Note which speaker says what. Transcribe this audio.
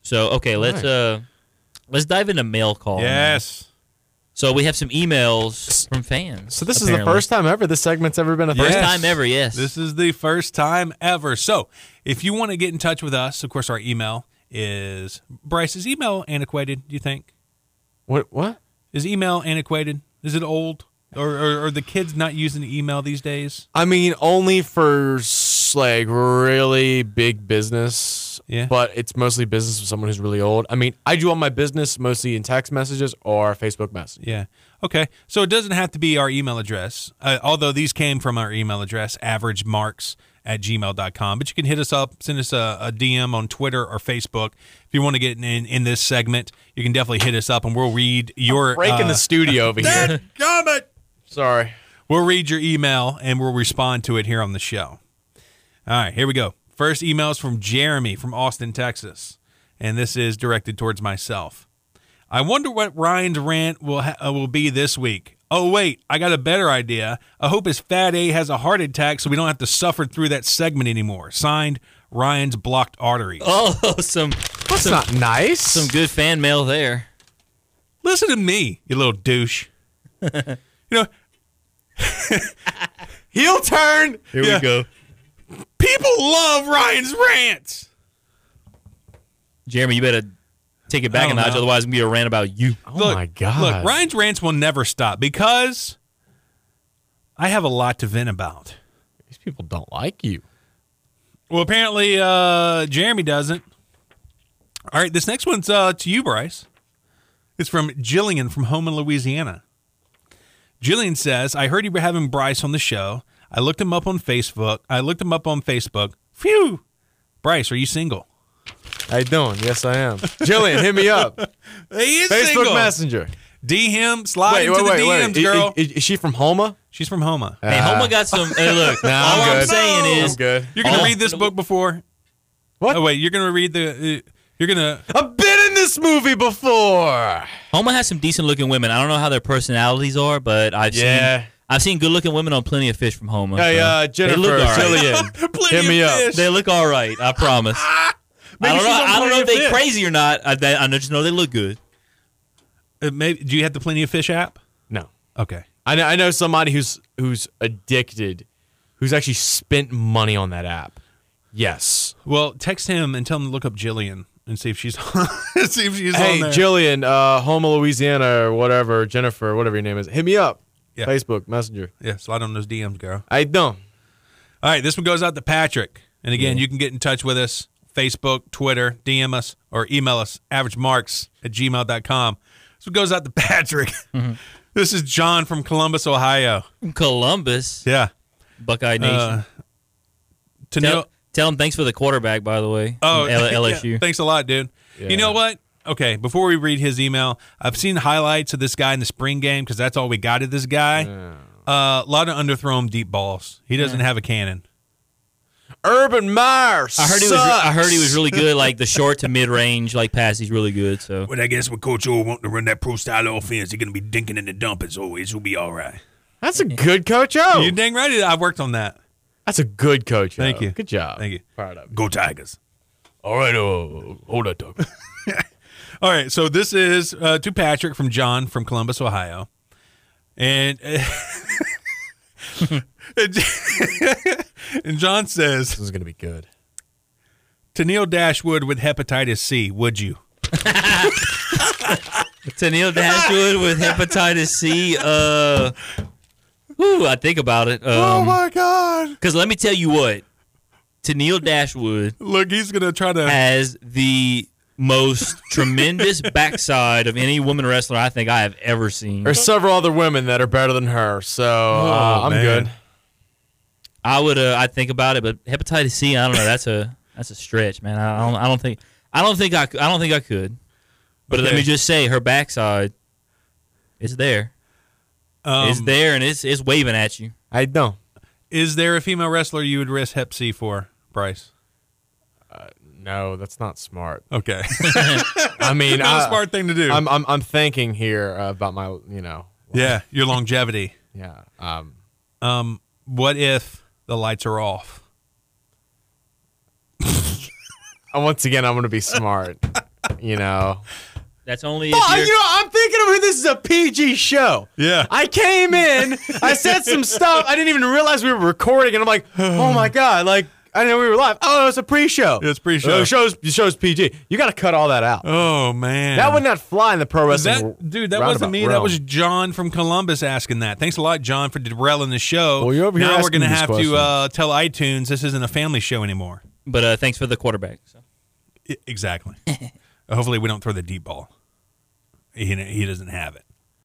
Speaker 1: So okay, let's
Speaker 2: right.
Speaker 1: uh let's dive into mail
Speaker 2: Oh,
Speaker 1: call. now.
Speaker 3: Yes.
Speaker 1: So we have some emails from fans.
Speaker 2: So this is the
Speaker 1: apparently.
Speaker 2: first time ever this segment's ever been a
Speaker 3: Yeah.
Speaker 2: first.
Speaker 1: First
Speaker 3: Yes.
Speaker 1: time ever, yes.
Speaker 3: This is the first time ever. So, if you want to get in touch with us, of course, our email is Bryce. Is email antiquated? Do you think
Speaker 2: What? What?
Speaker 3: is email antiquated? Is it old, or, or are the kids not using email these days?
Speaker 2: I mean, only for s- like really big business.
Speaker 3: Yeah.
Speaker 2: But it's mostly business with someone who's really old. I mean, I do all my business mostly in text messages or Facebook messages.
Speaker 3: Yeah. Okay. So it doesn't have to be our email address, uh, although these came from our email address, averagemarks at gmail.com. But you can hit us up, send us a, a DM on Twitter or Facebook. If you want to get in, in this segment, you can definitely hit us up and we'll read your.
Speaker 2: Breaking
Speaker 3: uh,
Speaker 2: the studio over here.
Speaker 3: Dadgummit!
Speaker 2: Sorry.
Speaker 3: We'll read your email and we'll respond to it here on the show. All right, here we go. First email is from Jeremy from Austin, Texas, and this is directed towards myself. I wonder what Ryan's rant will ha- uh, will be this week. Oh wait, I got a better idea. I hope his fat A has a heart attack so we don't have to suffer through that segment anymore. Signed, Ryan's blocked arteries.
Speaker 1: Oh, some
Speaker 2: That's not nice.
Speaker 1: some good fan mail there.
Speaker 3: Listen to me, you little douche. you know,
Speaker 2: heel turn.
Speaker 1: Here
Speaker 3: Yeah.
Speaker 1: we go.
Speaker 3: people love Ryan's rants.
Speaker 1: Jeremy, you better take it
Speaker 3: I
Speaker 1: back a
Speaker 3: don't
Speaker 1: notch,
Speaker 3: know.
Speaker 1: otherwise it's gonna be a rant about you.
Speaker 2: Oh my god.
Speaker 3: Look, Ryan's rants will never stop because I have a lot to vent about.
Speaker 2: These people don't like you.
Speaker 3: Well, apparently uh, Jeremy doesn't. All right, this next one's uh, to you, Bryce. It's from Jillian from home in Louisiana. Jillian says, "I heard you were having Bryce on the show. I looked him up on Facebook. I looked him up on Facebook. Phew, Bryce, are you single?
Speaker 2: How you doing? Yes, I am. Jillian, hit me up.
Speaker 3: He is
Speaker 2: Facebook
Speaker 3: single.
Speaker 2: Messenger.
Speaker 3: D him, slide
Speaker 2: wait,
Speaker 3: into
Speaker 2: wait,
Speaker 3: the
Speaker 2: wait,
Speaker 3: DMs,
Speaker 2: wait. I-
Speaker 3: girl.
Speaker 2: I- Is, she from Homa?
Speaker 3: She's from Homa.
Speaker 1: Hey,
Speaker 2: Ah.
Speaker 1: Homa got some hey look,
Speaker 2: Nah,
Speaker 1: all
Speaker 2: I'm
Speaker 1: I'm
Speaker 2: good.
Speaker 1: saying is
Speaker 2: I'm good.
Speaker 3: You're gonna
Speaker 1: Oh.
Speaker 3: read this book before.
Speaker 2: What?
Speaker 3: Oh wait, you're gonna read the. Uh, you're gonna.
Speaker 2: I've been in this movie before.
Speaker 1: Homa has some decent looking women. I don't know how their personalities are, but I've
Speaker 2: Yeah.
Speaker 1: seen I've seen good looking women on plenty of fish from Homa.
Speaker 2: Hey,
Speaker 1: so
Speaker 2: uh, Jennifer,
Speaker 1: they look all right.
Speaker 2: Jillian,
Speaker 3: Plenty
Speaker 2: hit me
Speaker 3: of
Speaker 2: up.
Speaker 3: fish.
Speaker 1: They look all right. I promise. I
Speaker 2: Maybe
Speaker 1: don't know.
Speaker 2: she's on
Speaker 1: I don't know if
Speaker 2: Plenty of
Speaker 1: they
Speaker 2: Fish.
Speaker 1: crazy or not. I, they, I just know they look good.
Speaker 3: Uh, maybe, do you have the Plenty of Fish app?
Speaker 2: No,
Speaker 3: Okay.
Speaker 2: I know, I know somebody who's who's addicted, who's actually spent money on that app. Yes.
Speaker 3: Well, text him and tell him to look up Jillian and see if she's on. see if she's
Speaker 2: Hey,
Speaker 3: on there.
Speaker 2: Jillian, uh, Homa, Louisiana, or whatever, Jennifer, whatever your name is, hit me up.
Speaker 3: Yeah.
Speaker 2: Facebook Messenger.
Speaker 3: yeah, slide on those DMs, girl.
Speaker 2: I don't.
Speaker 3: All right, this one goes out to Patrick. And again, you can get in touch with us Facebook, Twitter, DM us, or email us, averagemarks at gmail.com. This one goes out to Patrick. this is John from Columbus, Ohio.
Speaker 1: Columbus,
Speaker 3: Yeah.
Speaker 1: Buckeye Nation.
Speaker 3: Uh, to
Speaker 1: tell,
Speaker 3: know.
Speaker 1: tell them thanks for the quarterback, by the way.
Speaker 3: Oh,
Speaker 1: from L-
Speaker 3: yeah.
Speaker 1: LSU.
Speaker 3: Thanks a lot, dude.
Speaker 2: Yeah.
Speaker 3: You know what? Okay, before we read his email, I've seen highlights of this guy in the spring game because that's all we got of this guy. Uh, a lot of underthrown deep balls. He doesn't have a cannon.
Speaker 2: Urban Meyer.
Speaker 1: I heard he was. I heard he was really good. Like the short to mid range, like pass, he's really good. So
Speaker 4: But I guess with Coach O wanting to run that pro style offense, they're going to be dinking in the dump as always. We'll be all right.
Speaker 2: That's a good coach. Oh,
Speaker 3: You dang right. I worked on that.
Speaker 2: that's a good coach.
Speaker 3: Thank
Speaker 2: O.
Speaker 3: you.
Speaker 2: Good job.
Speaker 3: Thank you.
Speaker 2: Proud of you.
Speaker 4: Go Tigers.
Speaker 2: All right. Oh, hold that dog.
Speaker 3: All right, so this is uh, to Patrick from John from Columbus, Ohio, and and John says
Speaker 2: this is gonna be good.
Speaker 3: to Neil Dashwood with hepatitis C. Would you?
Speaker 1: Tennille Dashwood with hepatitis C. Uh, whew, I think about it. Um,
Speaker 3: my God!
Speaker 1: Because let me tell you what, Tennille Dashwood
Speaker 3: Look, he's gonna try
Speaker 1: Uh.
Speaker 3: to.
Speaker 1: has the most tremendous backside of any woman wrestler I think I have ever seen.
Speaker 2: There's several other women that are better than her, so uh,
Speaker 3: Oh,
Speaker 2: I'm
Speaker 3: man.
Speaker 2: good.
Speaker 1: I would, uh, I think about it, but hepatitis C, I don't know. That's a that's a stretch, man. I don't, I don't think, I don't think I, c- I don't think I could. But let
Speaker 3: Okay.
Speaker 1: me just say, her backside is there,
Speaker 3: Um,
Speaker 1: it's there, and it's it's waving at you.
Speaker 2: I don't.
Speaker 3: Is there a female wrestler you would risk Hep C for, Bryce?
Speaker 2: Uh, No, that's not smart.
Speaker 3: Okay,
Speaker 2: I mean,
Speaker 3: not a
Speaker 2: I,
Speaker 3: smart thing to do.
Speaker 2: I'm, I'm I'm thinking here uh, about my, you know,
Speaker 3: yeah, your longevity.
Speaker 2: yeah. Um,
Speaker 3: Um, what if the lights are off?
Speaker 2: uh, once again, I'm gonna be smart. you know.
Speaker 1: That's only if
Speaker 2: Oh,
Speaker 1: you're-
Speaker 2: you know, I'm thinking of this is a PG show.
Speaker 3: Yeah.
Speaker 2: I came in, I said some stuff, I didn't even realize we were recording, and I'm like, oh my god, like I didn't know we were live. Oh, it's a pre-show.
Speaker 3: It's pre-show.
Speaker 2: Oh, the shows the show's PG. You got to cut all that out.
Speaker 3: Oh man,
Speaker 2: that would not fly in the pro wrestling.
Speaker 3: That, dude, that
Speaker 2: roundabout
Speaker 3: wasn't me. That
Speaker 2: realm.
Speaker 3: was John from Columbus asking that. Thanks a lot, John, for derailing the show.
Speaker 2: Well, you're over here
Speaker 3: now we're
Speaker 2: asking
Speaker 3: gonna
Speaker 2: these
Speaker 3: have
Speaker 2: questions.
Speaker 3: to uh, tell iTunes this isn't a family show anymore. E-,
Speaker 1: but uh, thanks for the quarterback. So.
Speaker 3: I- exactly. Hopefully, we don't throw the deep ball. He, he doesn't have it.